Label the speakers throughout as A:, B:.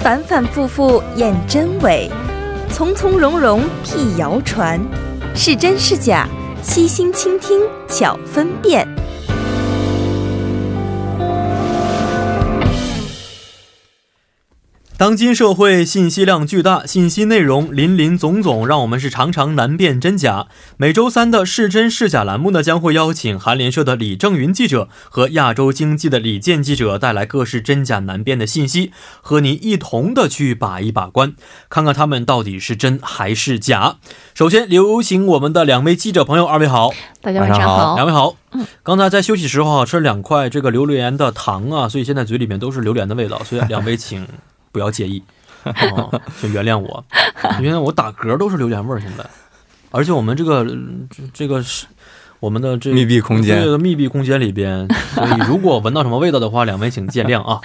A: 反反复复验真伪，从从容容辟谣传，是真是假，悉心倾听巧分辨。
B: 当今社会信息量巨大，信息内容林林总总，让我们是常常难辨真假。每周三的“是真是假”栏目呢，将会邀请韩联社的李正云记者和亚洲经济的李健记者，带来各式真假难辨的信息，和您一同的去把一把关，看看他们到底是真还是假。首先，有请我们的两位记者朋友，二位好。
C: 大家晚上好，嗯
B: 两位好，刚才在休息时候啊，吃了两块这个榴莲的糖啊，所以现在嘴里面都是榴莲的味道，所以两位请不要介 意，哦、请原谅我，原谅我打嗝都是榴莲味儿现在，而且我们这个嗯这这个是我们的这
D: 密闭空间
B: 这，个密闭空间里边，所以如果闻到什么味道的话，两位请见谅啊。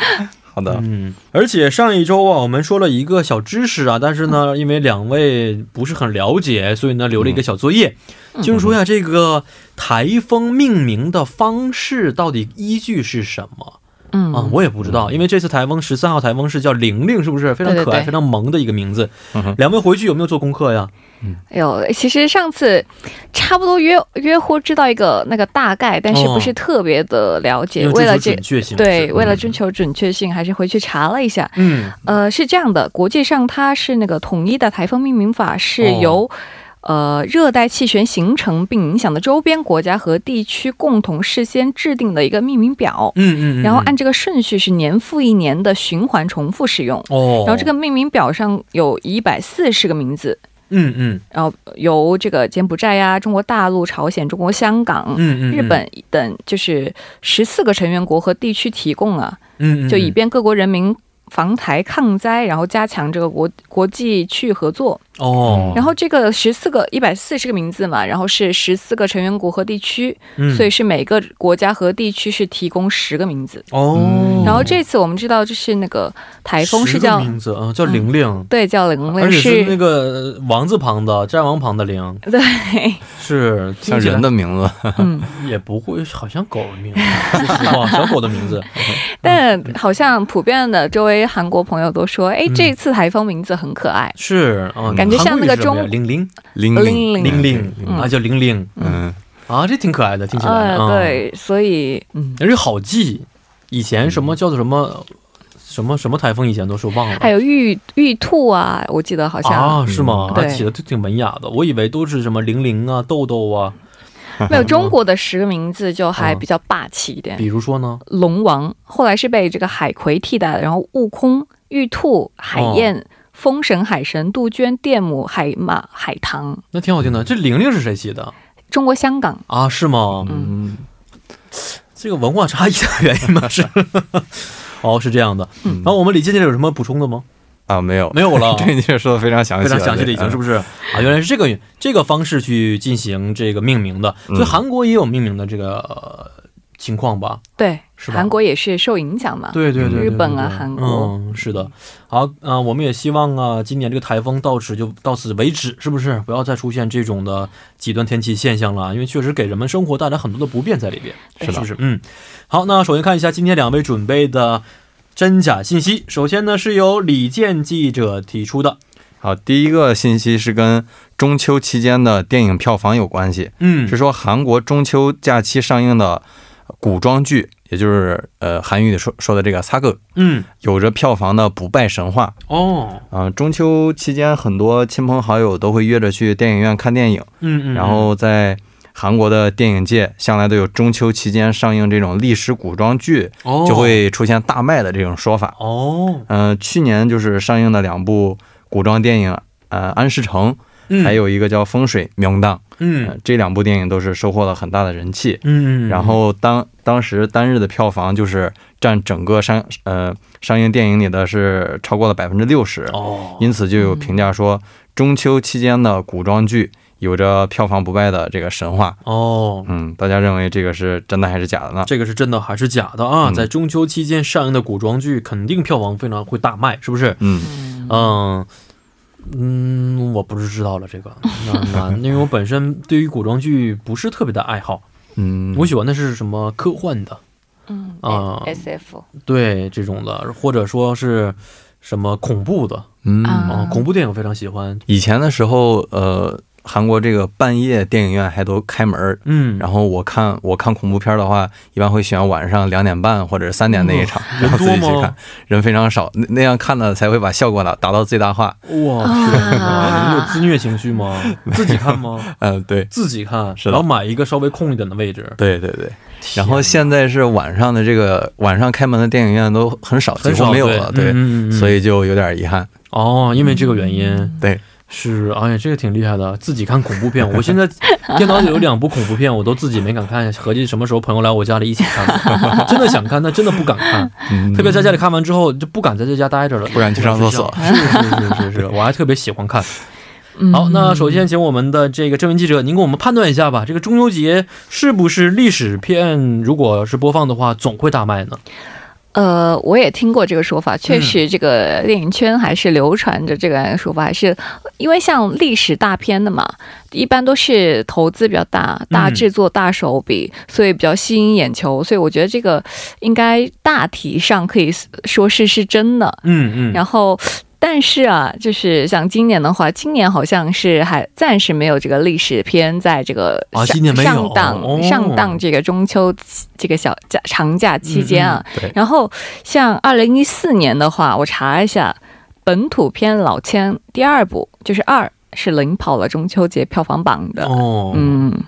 D: 好的，
B: 嗯，而且上一周啊，我们说了一个小知识啊，但是呢，因为两位不是很了解，所以呢，留了一个小作业，就是说呀，这个台风命名的方式到底依据是什么
C: 嗯
B: 啊？我也不知道，因为这次台风十三号台风是叫玲玲，是不是非常可
C: 对对
B: 爱、
C: 对
B: 非常萌的一个名字
D: 嗯哼？
B: 两位回去有没有做功课呀？
C: 哎呦，其实上次差不多约约乎知道一个那个大概，但是
B: 哦
C: 不是特别的了解。
B: 因
C: 为
B: 这
C: 了
B: 是嗯
C: 这
B: 准，确性，
C: 对，为了
B: 这，
C: 追求准确性，还是回去查了一下。
B: 嗯，
C: 呃，是这样的，国际上它是那个统一的台风命名法，
B: 哦
C: 是由、呃，热带气旋形成并影响的周边国家和地区共同事先制定的一个命名表，
B: 嗯嗯，嗯
C: 然后按这个顺序是年复一年的循环重复使用。
B: 哦，
C: 然后这个，命名表上有一百四十个名字，
B: 嗯嗯
C: 然后呃由这个柬埔寨呀、中国大陆、朝鲜、中国香港、
B: 嗯嗯，
C: 日本等就是十四个成员国和地区提供啊，
B: 嗯，嗯，嗯
C: 就以便各国人民防台抗灾，然后加强这个国国际区域合作。
B: 哦，
C: 然后这个十四个一百四十个名字嘛，然后是十四个成员国和地区，
B: 嗯
C: 所以是每个国家和地区是提供十个名字。
B: 哦，
C: 然后这次我们知道，就是那个台风是
B: 十个
C: 叫
B: 名字啊，叫玲玲，
C: 对叫玲
B: 而且
C: 玲
B: 是那
C: 是，
B: 个王字旁的战王旁的玲，
C: 对，
B: 是
D: 像人的名字，
C: 嗯。
B: 也不会，好像狗的 名字，说实话，小狗的名字，
C: 嗯但好像普遍的周围韩国朋友都说，
B: 嗯
C: 哎，这次台风名字很可爱。
B: 是啊，
C: 感觉像那个中
B: 韩国语是什么呀玲
D: 嗯
B: 玲
D: 玲
C: 玲
B: 玲
C: 玲
B: 玲
C: 嗯呃
B: 啊，叫玲玲
D: 嗯，
B: 啊，这挺可爱的，听起来，啊，
C: 对，所以嗯，
B: 而且好记，以前什么叫做什么什么什么台风，以前都是忘了
C: 还。有玉玉兔啊，我记得好像、
B: 啊，是吗？
C: 嗯对
B: 啊起的都挺文雅的，我以为都是什么玲玲啊、豆豆啊，
C: 没有中国的十个名字就还比较霸气一点，
B: 比如说呢，
C: 龙王后来是被这个海葵替代的，然后悟空、玉兔、海燕、
B: 哦
C: 风神、海神、杜鹃、电母、海马、海棠，
B: 那挺好听的。这玲玲是谁起的
C: 中国香港。
B: 啊？是吗？
D: 嗯，
B: 这个文化差异的原因吗？ 是，哦，是这样的。然后我们李健这里有什么补充的吗？
D: 啊，没有，，
B: 没有了
D: 对，你也说的非常详
B: 非
D: 细了，嗯
B: 常详细了，已经是不是？哎啊，原来是这个这个方式去进行这个命名的，所以韩国也有命名的这个、呃情况吧？
C: 对，
B: 是吧
C: 韩国也是受影响嘛。
B: 对对对，
C: 日本啊
B: 对对对
C: 韩国
B: 嗯，是的。好，嗯、我们也希望啊，今年这个台风到此就到此为止，是不是？不要再出现这种的极端天气现象了，因为确实给人们生活带来很多的不便在里边，
C: 对
B: 是不是？嗯，好，那首先看一下今天两位准备的真假信息。首先呢，是由李健记者提出的，
D: 好，第一个信息是跟中秋期间的电影票房有关系，
B: 嗯
D: 是说韩国中秋假期上映的古装剧，也就是呃韩语里说说的这个“撒个”，
B: 嗯，
D: 有着票房的不败神话。
B: 哦，
D: 嗯、中秋期间很多亲朋好友都会约着去电影院看电影，
B: 嗯嗯，
D: 然后在。韩国的电影界向来都有中秋期间上映这种历史古装剧
B: 哦
D: 就会出现大卖的这种说法。
B: 哦，
D: 嗯，去年就是上映的两部古装电影，呃，《安世成》
B: 嗯，
D: 还有一个叫《风水명당》，
B: 嗯
D: 呃，这两部电影都是收获了很大的人气。
B: 嗯嗯，
D: 然后当当时单日的票房就是占整个上呃上映电影里的是超过了百分之六十，
B: 哦，
D: 因此就有评价说，中秋期间的古装剧有着票房不败的这个神话。
B: 哦，
D: 嗯，大家认为这个是真的还是假的呢？
B: 这个是真的还是假的啊？
D: 嗯
B: 在中秋期间上映的古装剧，肯定票房非常会大卖，是不是？
D: 嗯
B: 嗯嗯，我不是知道了这个， 那那因为我本身对于古装剧不是特别的爱好，
D: 嗯，
B: 我喜欢的是什么科幻的，
C: 嗯
B: 啊
C: ，S F
B: 对这种的，或者说是什么恐怖的
D: 嗯
C: 啊
B: 啊、恐怖电影我非常喜欢。
D: 以前的时候，呃，韩国这个半夜电影院还都开门儿，
B: 嗯，
D: 然后我看我看恐怖片的话，一般会选晚上两点半或者是三点那一场，然后自己
B: 嗯人多
D: 去
B: 吗
D: 看，人非常少，那那样看呢才会把效果达达到最大化。
B: 哇，天哪！你有自虐情绪 吗？自己看吗？
D: 嗯、对，
B: 自己看，
D: 是的
B: 然后买一个稍微空一点的位置。
D: 对对对。
B: 天
D: 然
B: 哪
D: 后现在是晚上的这个晚上开门的电影院都很少，几
B: 很
D: 乎
B: 少
D: 没有了，
B: 对，
D: 对，
B: 嗯嗯嗯
D: 所以就有点遗憾。
B: 哦，因为这个原因
D: 对，
B: 是，哎呀，这个挺厉害的，自己看恐怖片。我 现在电脑里有两部恐怖片，我都自己没敢看，合计什么时候朋友来我家里一起 看。真的想看，但真的不敢看，
D: 嗯
B: 特别在家里看完之后就不敢在这家待着了，
D: 不然去上厕所
B: 是是是是是，我还特别喜欢看。
C: 嗯
B: 好，那首先请我们的这个郑文记者，您给我们判断一下吧，这个中秋节是不是历史片？如果是播放的话，总会大卖呢？
C: 呃，我也听过这个说法，确实这个电影圈还是流传着这个样的说法，还是因为像历史大片的嘛，一般都是投资比较大、大制作、大手笔，所以比较吸引眼球，所以我觉得这个应该大体上可以说是是真的。
B: 嗯嗯，
C: 然后。但是啊，就是像今年的话，今年好像是还暂时没有这个历史片在这个
B: 啊
C: 上
B: 今年没有
C: 上档、
B: 哦
C: 上档这个中秋这个小假长假期间啊。
D: 嗯对
C: 然后像二零一四年的话，我查一下本土片老千第二部就是二是领跑了中秋节票房榜的。
B: 哦，
C: 嗯，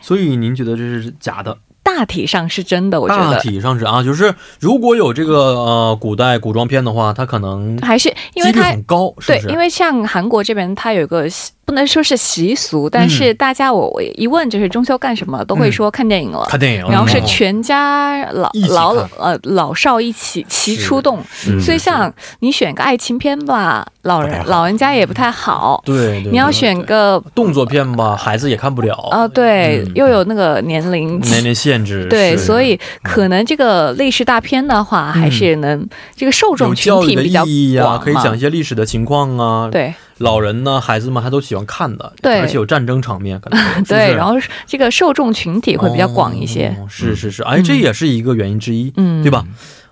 B: 所以您觉得这是假的？
C: 大体上是真的，我觉
B: 大
C: 得。
B: 体上是啊，就是如果有这个呃古代古装片的话，它可能
C: 还是
B: 几
C: 因为
B: 率
C: 它
B: 很高，是不
C: 对
B: 是？，
C: 因为像韩国这边，它有一个习不能说是习俗，但是
B: 嗯
C: 大家我我一问就是中秋干什么，都会说看电影了。
B: 嗯看电影，
C: 然后是全家老
B: 一起看
C: 老呃老少一起齐
B: 是
C: 出动，
D: 嗯
C: 所以像你选个爱情片吧，老
D: 不太
C: 人
D: 好
C: 老人家也不太好。
B: 对对，
C: 你要
B: 对
C: 选个
B: 动作片吧，孩子也看不了，
C: 呃，对，
B: 嗯
C: 又有那个年龄
B: 年龄限制，是
C: 对，
B: 嗯
C: 所以可能这个类似大片的话，还是能这个受众
B: 有
C: 群
B: 教育
C: 体
B: 的
C: 比较
B: 意义啊，
C: 广
B: 可以
C: 嘛
B: 讲一些历史的情况啊，
C: 对
B: 老人呢，孩子们还都喜欢看的，
C: 对
B: 而且有战争场面，可能 是不是
C: 对，然后这个受众群体会比较广一些。
B: 哦是是是，哎，这也是一个原因之一，
C: 嗯
B: 对吧？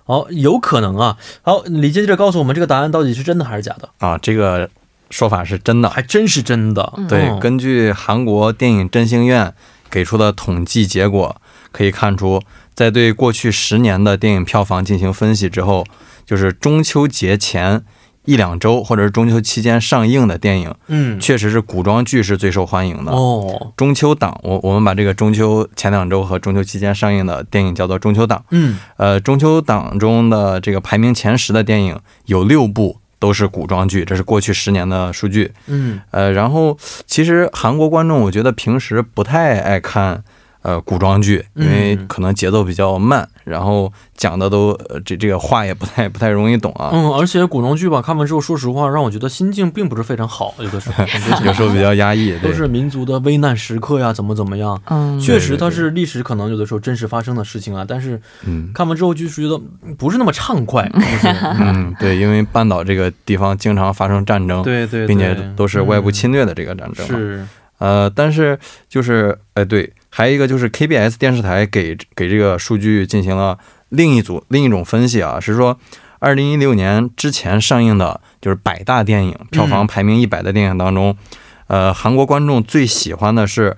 B: 好，有可能啊。好，李接着告诉我们这个答案到底是真的还是假的？
D: 啊，这个说法是真的。
B: 还真是真的，
D: 对
B: 哦，
D: 根据韩国电影振兴院给出的统计结果，可以看出，在对过去十年的电影票房进行分析之后，就是中秋节前一两周或者是中秋期间上映的电影，
B: 嗯，
D: 确实是古装剧是最受欢迎的。
B: 哦，
D: 中秋档，我我们把这个中秋前两周和中秋期间上映的电影叫做中秋档。
B: 嗯，
D: 呃，中秋档中的这个排名前十的电影有六部都是古装剧，这是过去十年的数据。
B: 嗯，
D: 呃，然后其实韩国观众，我觉得平时不太爱看呃古装剧，因为
B: 嗯
D: 可能节奏比较慢，然后讲的都呃这这个话也不太 不太容易懂啊，
B: 嗯，而且古装剧吧，看完之后，说实话，让我觉得心境并不是非常好，有的时 候
D: 有时候比较压抑。
B: 嗯 都
D: 对，
B: 是民族的危难时刻呀，怎么怎么样。
C: 嗯，
B: 确实，它
D: 对对
B: 是历史可能有的时候真实发生的事情啊，但是
D: 嗯
B: 看完之后就是觉得不是那么畅快。 就是
D: 嗯，对，因为半岛这个地方经常发生战争，
B: 对对，对
D: 并且都是外部侵略的这个战争、
B: 嗯
D: 嘛。
B: 是，
D: 呃，但是就是，哎，对，还有一个就是 KBS 电视台给给这个数据进行了另一组另一种分析啊，是说，二零一六年之前上映的就是百大电影，
B: 嗯
D: 票房排名一百的电影当中，呃，韩国观众最喜欢的是，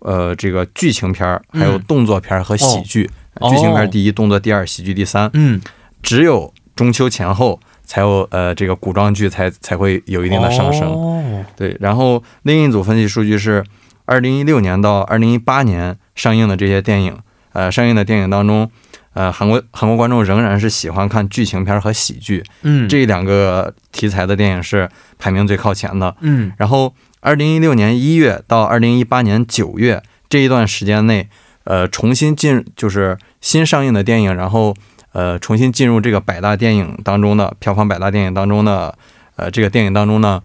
D: 呃，这个剧情片儿，还有
B: 嗯
D: 动作片儿和喜剧，
B: 哦
D: 剧情片儿第一，动作第二，喜剧第三，
B: 嗯，
D: 只有中秋前后才有呃这个古装剧才才会有一定的上升。
B: 哦，
D: 对，然后另一组分析数据是，二零一六年到二零一八年上映的这些电影，呃，上映的电影当中，呃，韩国韩国观众仍然是喜欢看剧情片和喜剧
B: 嗯，
D: 这两个题材的电影是排名最靠前的。
B: 嗯
D: 然后，二零一六年一月到二零一八年九月这一段时间内，呃，重新进就是新上映的电影，然后呃，重新进入这个百大电影当中的票房百大电影当中的呃这个电影当中呢，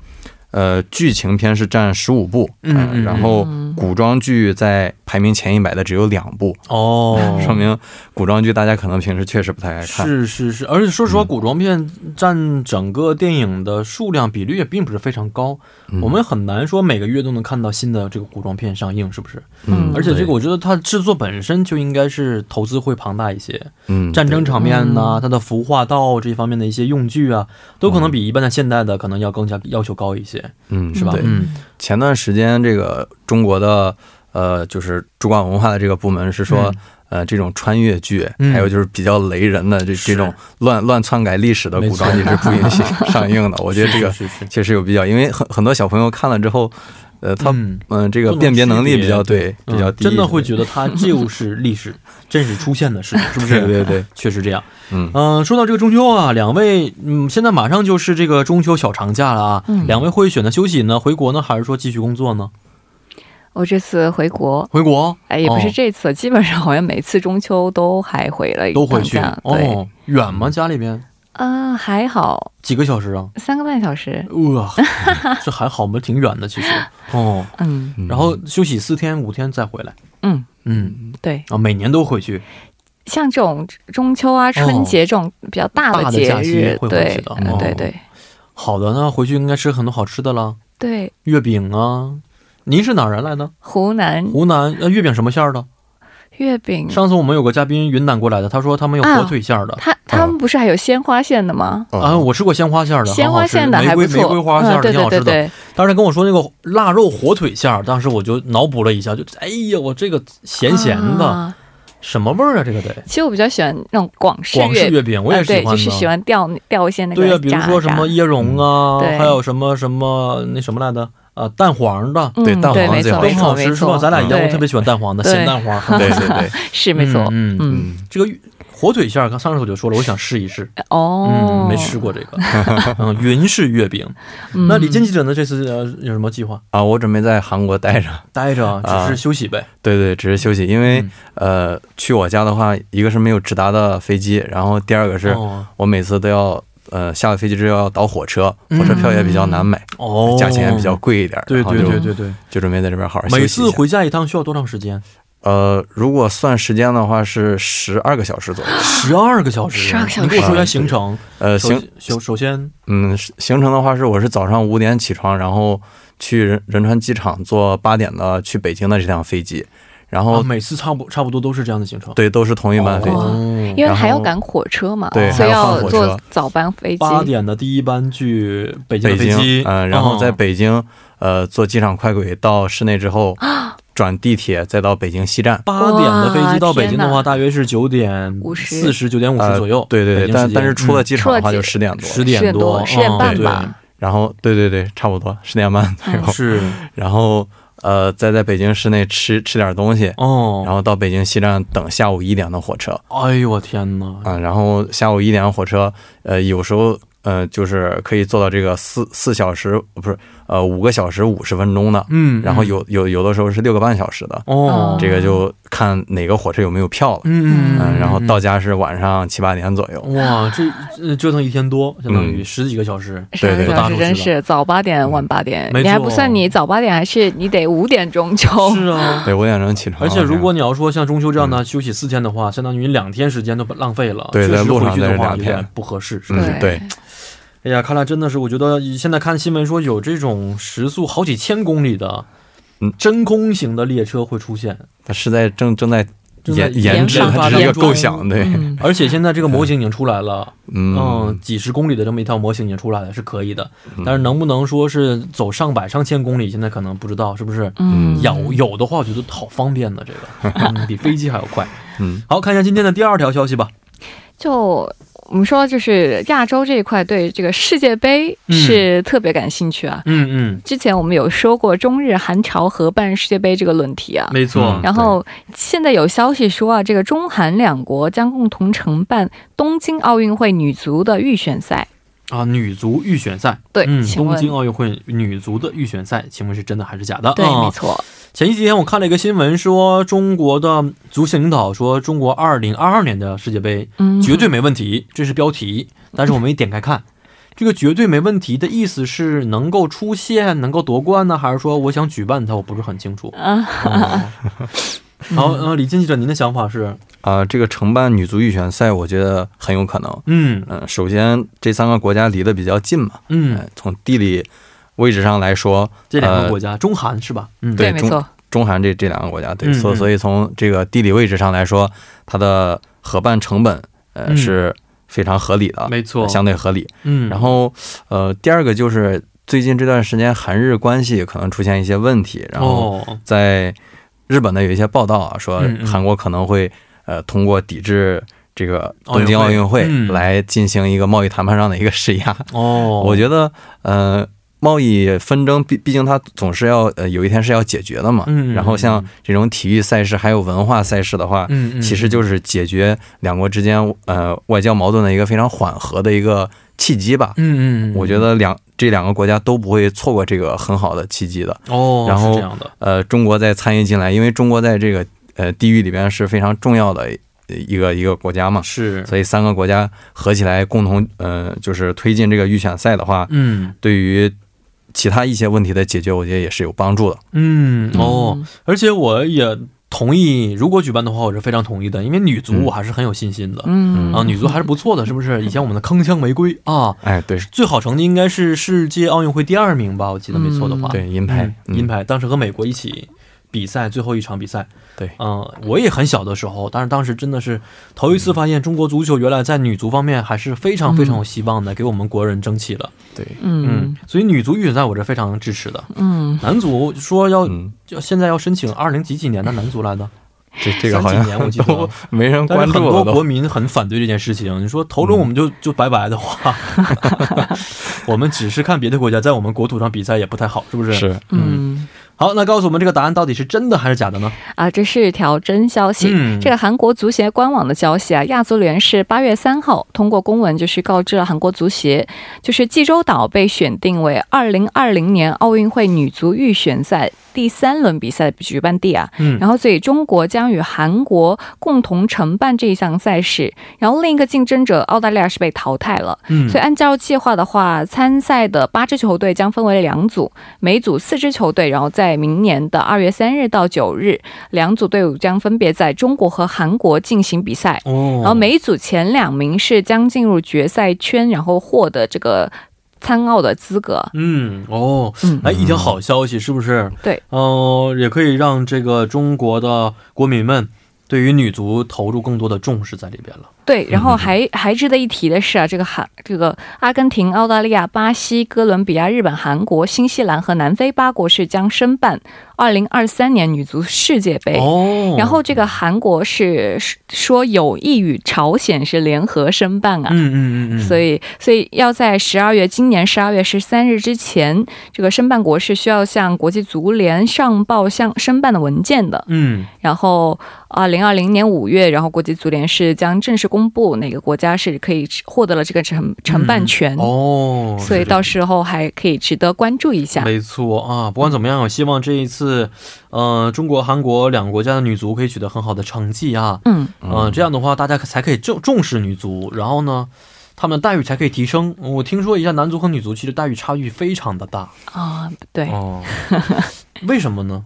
D: 呃，剧情片是占十五部，
B: 嗯
D: 呃
B: 嗯
D: 然后古装剧在排名前一百的只有两部，
B: 哦，
D: 说明古装剧大家可能平时确实不太爱看。嗯
B: 是是是，而且说实话，古装片占整个电影的数量比率也并不是非常高，
D: 嗯
B: 我们很难说每个月都能看到新的这个古装片上映，是不是？
C: 嗯
B: 而且这
D: 对
B: 个我觉得它制作本身就应该是投资会庞大一些，
D: 嗯，
B: 战争
D: 对
B: 场面呐、它的服化道这方面的一些用具啊，都可能比一般的现代的可能要更加要求高一些，
D: 嗯
B: 是吧？
D: 对
B: 嗯
D: 前段时间这个中国的呃，就是主管文化的这个部门是说。
B: 嗯
D: 呃，这种穿越剧，
B: 嗯
D: 还有就是比较雷人的这这种乱乱篡改历史的古装剧是不允许上映的。我觉得这个
B: 是是是，
D: 确实有必要，因为很很多小朋友看了之后，呃，他
B: 嗯
D: 嗯、这
B: 不
D: 个
B: 能
D: 辨别能
B: 区
D: 力
B: 别
D: 比较对，比较
B: 嗯
D: 低，
B: 真的会觉得它就是历史真实出现的事情，是不是？
D: 对对对，
B: 确实这样。
D: 嗯
B: 嗯、说到这个中秋啊，两位嗯，现在马上就是这个中秋小长假了啊，
C: 嗯
B: 两位会选择休息呢，回国呢，还是说继续工作呢？
C: 我这次回国，
B: 回国？
C: 哎，也不是
B: 哦
C: 这次，基本上好像每次中秋都还回了一
B: 都回
C: 趟
B: 去
C: 家，对，
B: 哦，远吗？家里边
C: 啊、还好，
B: 几个小时啊？
C: 三个半小时，
B: 哇、 这还好嘛，挺远的其实。 哦，
C: 嗯
D: 嗯
B: 然后休息四天五天再回来。
C: 嗯，
B: 嗯
C: 对，
B: 啊，每年都回去，
C: 像这种中秋啊、春节这种比较大
B: 大的
C: 节
B: 假期
C: 日，
B: 会回
C: 对
B: 去的，
C: 嗯
D: 哦
C: 对对
B: 好的，那回去应该吃很多好吃的了，
C: 对，
B: 月饼啊。您是哪儿人来的？
C: 湖南
B: 湖南呃，月饼什么馅儿的？
C: 月饼，
B: 上次我们有个嘉宾云南过来的，他说他们有
C: 啊
B: 火腿馅儿的，
C: 他他们不是还有鲜花馅的吗？
D: 嗯
B: 啊，我吃过鲜花馅哦儿的，
C: 鲜花馅的
B: 很好吃
C: 还不
B: 玫瑰玫
C: 错，
B: 瑰花馅儿
C: 嗯，
B: 的
C: 对
B: 挺
C: 对
B: 好吃
C: 对
B: 的。
C: 对，
B: 当时跟我说那个腊肉火腿馅儿，当时我就脑补了一下，就哎呀，我这个咸咸的，
C: 啊
B: 什么味儿啊？这个得
C: 其实我比较喜欢那种广式
B: 广式
C: 月，
B: 月饼，我也
C: 啊
B: 喜
C: 对，
B: 欢
C: 就是喜
B: 的。
C: 欢掉掉一些那个
B: 对呀、
C: 渣
B: 比如说什么椰蓉啊，
C: 嗯对
B: 还有什么什么那什么来的啊，蛋黄的。
C: 嗯
D: 对蛋
C: 对，
D: 黄
C: 没
D: 最
C: 错，
D: 好
B: 都很
C: 没错，
B: 好
C: 没
B: 吃，是吧？
C: 错，
B: 咱俩一样，
C: 对
B: 我特别喜欢蛋黄的
C: 对
B: 咸蛋 黄。
D: 嗯对对对，
C: 是没错，
B: 嗯，嗯
C: 嗯，
D: 嗯，
B: 这个火腿馅儿，刚上次我就说了，我想试一试。
C: 哦
B: 嗯，，没吃过这个。 嗯，云式月饼。
C: 嗯。
B: 那李健记者呢？这次呃有什么计划？
D: 啊，我准备在韩国待着，
B: 待着啊，只是休息呗。
D: 对对，只是休息，因为、
B: 嗯
D: 呃，去我家的话，一个是没有直达的飞机，然后第二个是
B: 哦
D: 我每次都要呃下了飞机之后要倒火车，火车票也比较难买，
B: 嗯哦，
D: 价钱也比较。贵一点，
B: 对
D: 然后
B: 对
D: 就
B: 对对对，
D: 就准备在这边好好休息
B: 每
D: 一下
B: 次回家一趟需要多长时间？
D: 呃，如果算时间的话是十二个小时左右，
B: 十二个小时。
C: 12个小时
B: 你给我说一下行程。
D: 呃，
B: 首
D: 行，
B: 首首先，
D: 嗯，行程的话是我是早上五点起床，然后去仁仁川机场坐八点的去北京的这趟飞机，然后、
B: 啊，每次差不差不多都是这样的行程。
D: 哦对嗯都是同一班飞机。
C: 哦
B: 哦。
C: 因为还
D: 然
C: 要
D: 后
C: 赶火车嘛，
D: 对
C: 所以
D: 还要赶火
C: 坐
D: 车
C: 早班飞机。
B: 八点的第一班去北京的
D: 北
B: 飞
D: 京，
B: 机，
D: 嗯、然后在
B: 哦
D: 北京，呃，坐机场快轨到市内 之后，
B: 啊
D: 转地铁再到北京西站。
B: 八点的飞机到北京的
C: 哇天
B: 话，
C: 哪
B: 大约是九点
C: 50
B: 四十、九点五十左右。哎
D: 呃对对对，但但
B: 嗯
D: 是出了机场的话
C: 出
D: 就
C: 了机
D: 十点多，
B: 十
C: 10
B: 点
C: 点
B: 多、
C: 多10点半吧
B: 嗯
D: 然后对对对，差不多十 点半左右
B: 对，是
D: 然后呃，再在北京市内吃吃点东西，
B: 哦。
D: 然后到北京西站等下午一点的火车
B: 哎呦我天哪！
D: 啊、然后下午一点火车，呃，有时候呃就是可以坐到这个四四小时不是呃五个小时五十分钟的，
B: 嗯，
D: 然后有有有的时候是六个半小时的，
B: 哦，
D: 这个就看哪个火车有没有票了。
B: 嗯
D: 嗯，然后到家是晚上七八点左右。
B: 哇，这呃折腾一天多，相当于
D: 嗯
B: 十几个小时。
C: 十二
D: 对对
C: 个
D: 对
C: 小时真
B: 大
C: 是早八点晚八点，
B: 嗯没
C: 你还
B: 错
C: 不算你早八点，还是你得五点钟就是
B: 啊。
D: 对，五点钟起床。
B: 而且如
D: 嗯
B: 果你要说像中秋这样的休息四天的话，相当于两天时间都浪费了。
D: 对
B: 确实
D: 在路上
B: 回去的话
D: 在这两天
B: 有点不合适，是
D: 这
B: 吧？
D: 样
C: 对
D: 嗯对，
B: 哎呀，看来真的是，我觉得现在看新闻说有这种时速好几千公里的
D: 嗯
B: 真空型的列车会出现，
D: 他是在正正在
B: 正在
D: 研研制
C: 研
D: 他
C: 发
D: 这个
B: 当中
D: 构 想，对，
C: 嗯，
B: 而且现在这个模型已经出来了，嗯
D: 嗯，，
B: 几十公里的这么一套模型已经出来了，是可以的。但是能不能说是走上百上千公里，现在可能不知道，是不是？
C: 嗯
B: 有有的话，我觉得好方便呢，这个、嗯、比飞机还要快。
D: 嗯，
B: 好看一下今天的第二条消息吧。
C: 就我们说就是亚洲这一块对这个世界杯
B: 嗯
C: 是特别感兴趣啊。
B: 嗯嗯，
C: 之前我们有说过中日韩朝合办世界杯这个论题啊，
B: 没错。
D: 嗯
C: 然后现在有消息说啊，这个中韩两国将共同承办东京奥运会女足的预选赛。
B: 啊，女足预选赛，
C: 对，
B: 嗯，
C: 请
B: 东
C: 问
B: 京奥运会女足的预选赛，请问是真的还是假的？
C: 对，
B: 啊
C: 没错，
B: 前几天我看了一个新闻说，中国的足协领导说，中国2022年的世界杯
C: 嗯，
B: 绝对没问题，这是标题。但是我没点开看，这个绝对没问题的意思是能够出现、能够夺冠呢，还是说我想举办它？我不是很清楚。哦
C: 啊，
B: 好，呃，李进记者，您的想法是？
D: 啊、这个承办女足预选赛，我觉得很有可能。
B: 嗯
D: 嗯、首先这三个国家离得比较近嘛，
B: 嗯，
D: 呃从地理位置上来说，
B: 这两个
D: 呃
B: 国家，中韩是吧？嗯，
C: 对，
D: 对
C: 没
D: 中
C: 错，
D: 中韩这这两个国家，对，
B: 嗯
D: 所、
B: 嗯
D: 所以从这个地理位置上来说，它的合办成本呃、
B: 嗯
D: 是非常合理的，
B: 没错。
D: 相对合理。
B: 嗯，
D: 然后呃，第二个就是最近这段时间韩日关系可能出现一些问题，然后
B: 哦，
D: 在日本呢有一些报道啊，说
B: 嗯嗯
D: 韩国可能会呃通过抵制。这个
B: 奥运会
D: 东京奥运会
B: 嗯
D: 来进行一个贸易谈判上的一个施压，
B: 哦，
D: 我觉得，呃，贸易纷争毕毕竟它总是要呃有一天是要解决的嘛。
B: 嗯
D: 然后像这种体育赛事还有文化赛事的话，
B: 嗯，嗯
D: 其实就是解决两国之间呃外交矛盾的一个非常缓和的一个契机吧。
B: 嗯嗯，嗯
D: 我觉得两这两个国家都不会错过这个很好的契机的。
B: 哦，
D: 然后
B: 是这样的，
D: 呃，中国再参与进来，因为中国在这个呃地域里边是非常重要的一个一个国家嘛。
B: 是，
D: 所以三个国家合起来共同，呃，就是推进这个预选赛的话，
B: 嗯
D: 对于其他一些问题的解决，我觉得也是有帮助的。
B: 嗯哦，而且我也同意，如果举办的话，我是非常同意的，因为女足
D: 嗯
B: 我还是很有信心的、
C: 嗯，
B: 啊，女足还是不错的，是不是？以前我们的铿锵玫瑰啊，
D: 哎，对
B: 最好成绩应该是世界奥运会第二名吧，我记得没错的话，
D: 对，银
B: 银
D: 牌，嗯
B: 啊银，牌，当时和美国一起。比赛最后一场比赛，
D: 对
B: 嗯、我也很小的时候，但是当时真的是头一次发现中国足球原来在女足方面还是非常非常有希望的，给我们国人争气了。
D: 对，
C: 嗯
B: 嗯，所以女足预选赛我是非常支持的。
C: 嗯，
B: 男足说要
D: 嗯，
B: 就现在要申请二零几几年的男足来的，
D: 这嗯这个好
B: 三几年我
D: 像
B: 记得
D: 都 没人
B: 但
D: 关
B: 是很
D: 注
B: 多
D: 了都嗯
B: 国。民很反对这件事情。你说头轮我们就就拜拜的 话，我们只是看别的国家在我们国土上比赛也不太好，是不是？。
D: 是，
C: 嗯
B: 好，那告诉我们这个答案到底是真的还是假的呢？
C: 啊，这是一条真消息。
B: 嗯
C: 这个韩国足协官网的消息啊，亚足联是八月三号通过公文，就是告知了韩国足协，就是济州岛被选定为二零二零年奥运会女足预选赛第三轮比赛的举办地啊。
B: 嗯
C: 然后，所以中国将与韩国共同承办这一项赛事。然后，另一个竞争者澳大利亚是被淘汰了。
B: 嗯
C: 所以按照计划的话，参赛的八支球队将分为两组，每组四支球队，然后在明年的二月三日到九日，两组队伍将分别在中国和韩国进行比赛。
B: 哦，
C: 然后每组前两名是将进入决赛圈，然后获得这个参奥的资格。
B: 嗯哦，
C: 嗯
B: 哎，一条好消息是不是？
C: 对，
B: 哦、也可以让这个中国的国民们对于女足投入更多的重视在里边了。
C: 对，然后还还值得一提的是啊，这个韩这个阿根廷、澳大利亚、巴西、哥伦比亚、日本、韩国、新西兰和南非八国是将申办二零二三年女足世界杯。
B: 哦，
C: 然后这个韩国是说有意与朝鲜是联合申办啊。
B: 嗯嗯嗯嗯，
C: 所以，所以要在十二月，今年十二月十三日之前，这个申办国是需要向国际足联上报向申办的文件的。
B: 嗯
C: 然后，二零二零年五月，然后国际足联是将正式公布哪个国家是可以获得了这个承承办权。
B: 哦，
C: 所以
B: 是这样
C: 到时候还可以值得关注一下。
B: 没错啊，不管怎么样，我希望这一次，呃，中国、韩国两个国家的女足可以取得很好的成绩啊。
C: 嗯，
B: 嗯、这样的话，大家可才可以重重视女足，然后呢，他们的待遇才可以提升。我听说一下，男足和女足其实待遇差距非常的大
C: 啊、对，
B: 哦。为什么呢？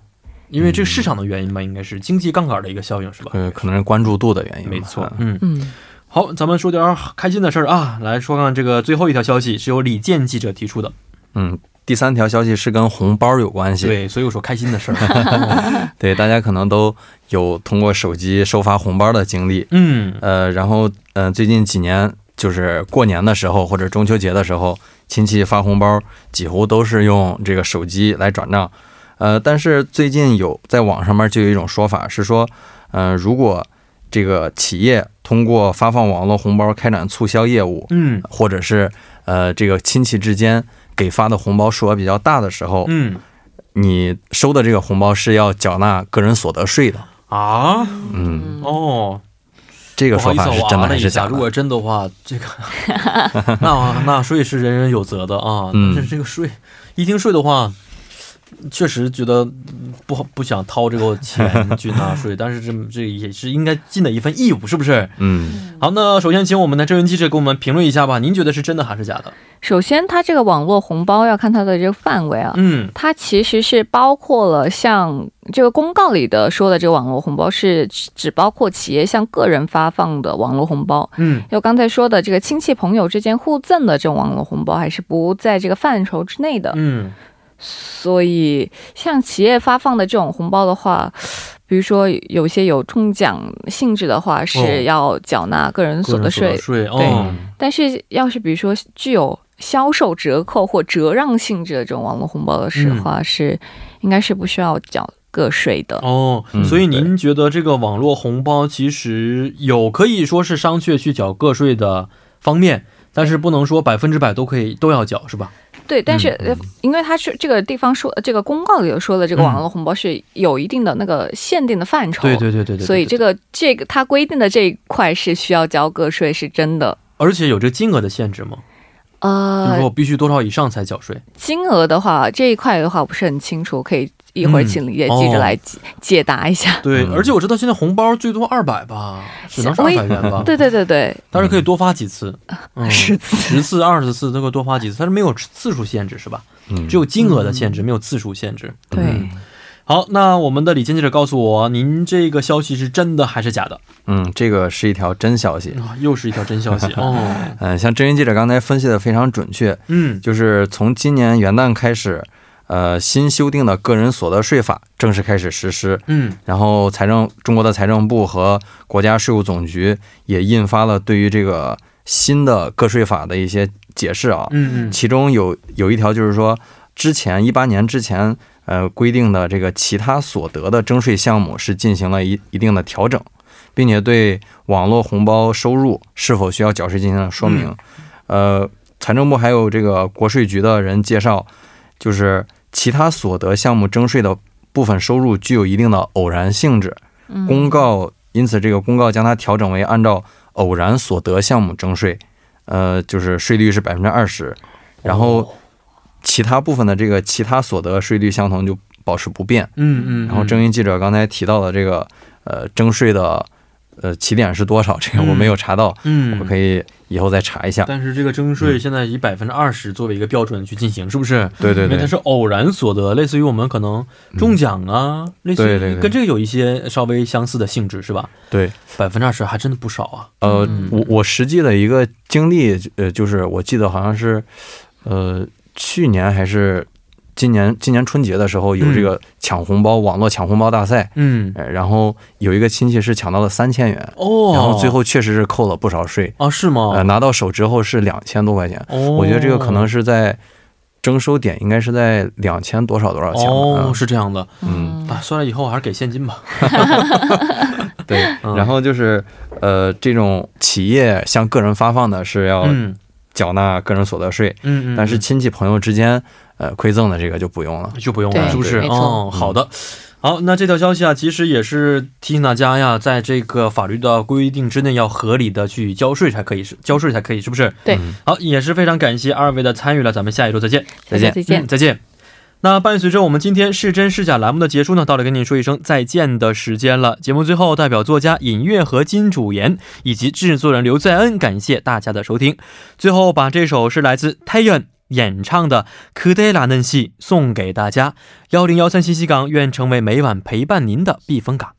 B: 因为这个市场的原因吧，应该是经济杠杆的一个效应，是吧？
D: 呃，可能是关注度的原因吧。
B: 没错
D: 嗯，
B: 嗯。
C: 嗯，
B: 好，咱们说点儿开心的事儿啊，来说看这个最后一条消息，是由李健记者提出的。
D: 嗯，第三条消息是跟红包有关系。
B: 对，所以我说开心的事儿。
D: 对，大家可能都有通过手机收发红包的经历。
B: 嗯，
D: 呃，然后呃，最近几年就是过年的时候或者中秋节的时候，亲戚发红包几乎都是用这个手机来转账。呃，但是最近有在网上面就有一种说法是说，呃，如果这个企业通过发放网络红包开展促销业务，
B: 嗯，
D: 或者是呃这个亲戚之间给发的红包数额比较大的时候，
B: 嗯。
D: 你收的这个红包是要缴纳个人所得税的。
B: 啊，
D: 嗯，
B: 哦，
D: 这
B: 不
D: 个
B: 好
D: 说
B: 意思
D: 法
B: 啊，
D: 是
B: 我
D: 真
B: 啊了
D: 的还
B: 一
D: 是
B: 下，
D: 假
B: 如
D: 的？
B: 果真的话，这个 那那税是人人有责的啊，
D: 嗯
B: 但是这个税一听税的话，确实觉得嗯不好不想掏这个钱去纳税，但是这这也是应该尽的一份义务，是不是？
D: 嗯，
B: 好，那首先请我们的真人记者给我们评论一下吧，您觉得是真的还是假的？
C: 首先，它这个网络红包要看它的这个范围啊，
B: 嗯
C: 它其实是包括了像这个公告里的说的这个网络红包，是只包括企业向个人发放的网络红包。
B: 嗯
C: 就刚才说的这个亲戚朋友之间互赠的这种网络红包，还是不在这个范畴之内的。
B: 嗯
C: 所以，像企业发放的这种红包的话，比如说有些有中奖性质的话，
B: 哦
C: 是要缴纳个人所
B: 个
C: 得
B: 人所
C: 税。
B: 得税哦，
C: 但是，要是比如说具有销售折扣或折让性质的这种网络红包的时话，是应该是不需要缴个税的。
B: 嗯哦，
D: 嗯
B: 所以您觉得这个网络红包其实有可以说是商榷去缴个税的方面，但是不能说百分之百都可以都要缴，是吧？
C: 对，但是、
B: 嗯
C: 呃因为它是这个地方说，呃这个公告里有说的这
B: 嗯
C: 个网络红包是有一定的那个限定的范畴，
B: 对对对对对。
C: 所以这
B: 个，
C: 个这个它规定的这一块是需要交个税，是真的。
B: 而且有这金额的限制吗？比如说
C: 呃
B: 我，必须多少以上才缴税？
C: 金额的话，这一块的话不是很清楚，可以一会儿
B: 嗯
C: 请李姐记者
B: 哦
C: 来解解答一下。
B: 对，
D: 嗯
B: 而且我知道现在红包最多二百吧，只能是二
C: 我也
B: 百元吧。
C: 对呃对对对，
B: 但是可以多发几次，嗯，
C: 是此。
B: 十次、二十次都可以多发几次，但是没有次数限制，是吧？
D: 嗯
B: 只有金额的限制，没有次数限制。
C: 对。
D: 嗯
B: 好，那我们的李健记者告诉我，您这个消息是真的还是假的？
D: 嗯，这个是一条真消息。
B: 啊，又是一条真消息哦。
D: 嗯，像真人记者刚才分析的非常准确，
B: 嗯，
D: 就是从今年元旦开始，呃，新修订的个人所得税法正式开始实施。
B: 嗯
D: 然后，财政中国的财政部和国家税务总局也印发了对于这个新的个税法的一些解释啊。
B: 嗯嗯
D: 其中有有一条就是说，之前一八年之前，呃，规定的这个其他所得的征税项目是进行了一一定的调整，并且对网络红包收入是否需要缴税进行了说明。呃，财政部还有这个国税局的人介绍，就是其他所得项目征税的部分收入具有一定的偶然性质，
C: 嗯
D: 公告，因此这个公告将它调整为按照偶然所得项目征税，呃，就是税率是百分之二十，然后其他部分的这个其他所得税率相同就保持不变。
B: 嗯嗯，
D: 然后，正
B: 争
D: 音记者刚才提到的这个呃征税的呃起点是多少，这个
B: 嗯
D: 我没有查到，
B: 嗯，
D: 我可以以后再查一下。
B: 但是这个征
D: 嗯
B: 税现在以百分之二十作为一个标准去进行，是不是？
D: 对对
B: 因为它
D: 对，嗯
B: 是偶然所得，类似于我们可能中奖啊，类似
D: 对对
B: 于
D: 对
B: 跟这个有一些稍微相似的性质，是吧？
D: 对，
B: 百分之二十还真的不少啊。
D: 呃
C: 嗯，
D: 我我实际的一个经历，呃，就是我记得好像是，呃，去年还是今年今年春节的时候有这个抢红包、网络抢红包大赛，
B: 嗯，
D: 呃，然后有一个亲戚是抢到了三千元，
B: 哦，
D: 然后最后确实是扣了不少税，
B: 啊，是
D: 呃，
B: 吗？
D: 拿到手之后是两千多块钱，
B: 哦，
D: 我觉得这个可能是在征收点应该是在两千多少多少钱吧，
B: 哦，
D: 嗯
B: 是这样的
D: 嗯
B: 啊，算了，以后我还是给现金吧。
D: 对，
B: 嗯
D: 然后就是呃，这种企业向个人发放的是要
B: 嗯
D: 缴纳个人所得税。
B: 嗯嗯，
D: 但是亲戚朋友之间，呃，馈赠的这个就不用了。
B: 就不用了，
C: 对
B: 是不是？
C: 没错
B: 哦，好的。好，那这条消息啊，其实也是提醒大家呀，在这个法律的规定之内，要合理的去交税才可以，是交税才可以，是不是？
C: 对
D: 嗯
B: 好，也是非常感谢二位的参与了，咱们下一周再见。
C: 大家再见。
B: 嗯，再见。那伴随着我们今天是真是假栏目的结束呢，到了跟您说一声再见的时间了。节目最后，代表作家尹月和金主言以及制作人刘在恩，感谢大家的收听。最后把这首是来自 Taeyeon 演唱的《科德拉嫩戏》送给大家。幺零幺三信息港愿成为每晚陪伴您的避风港。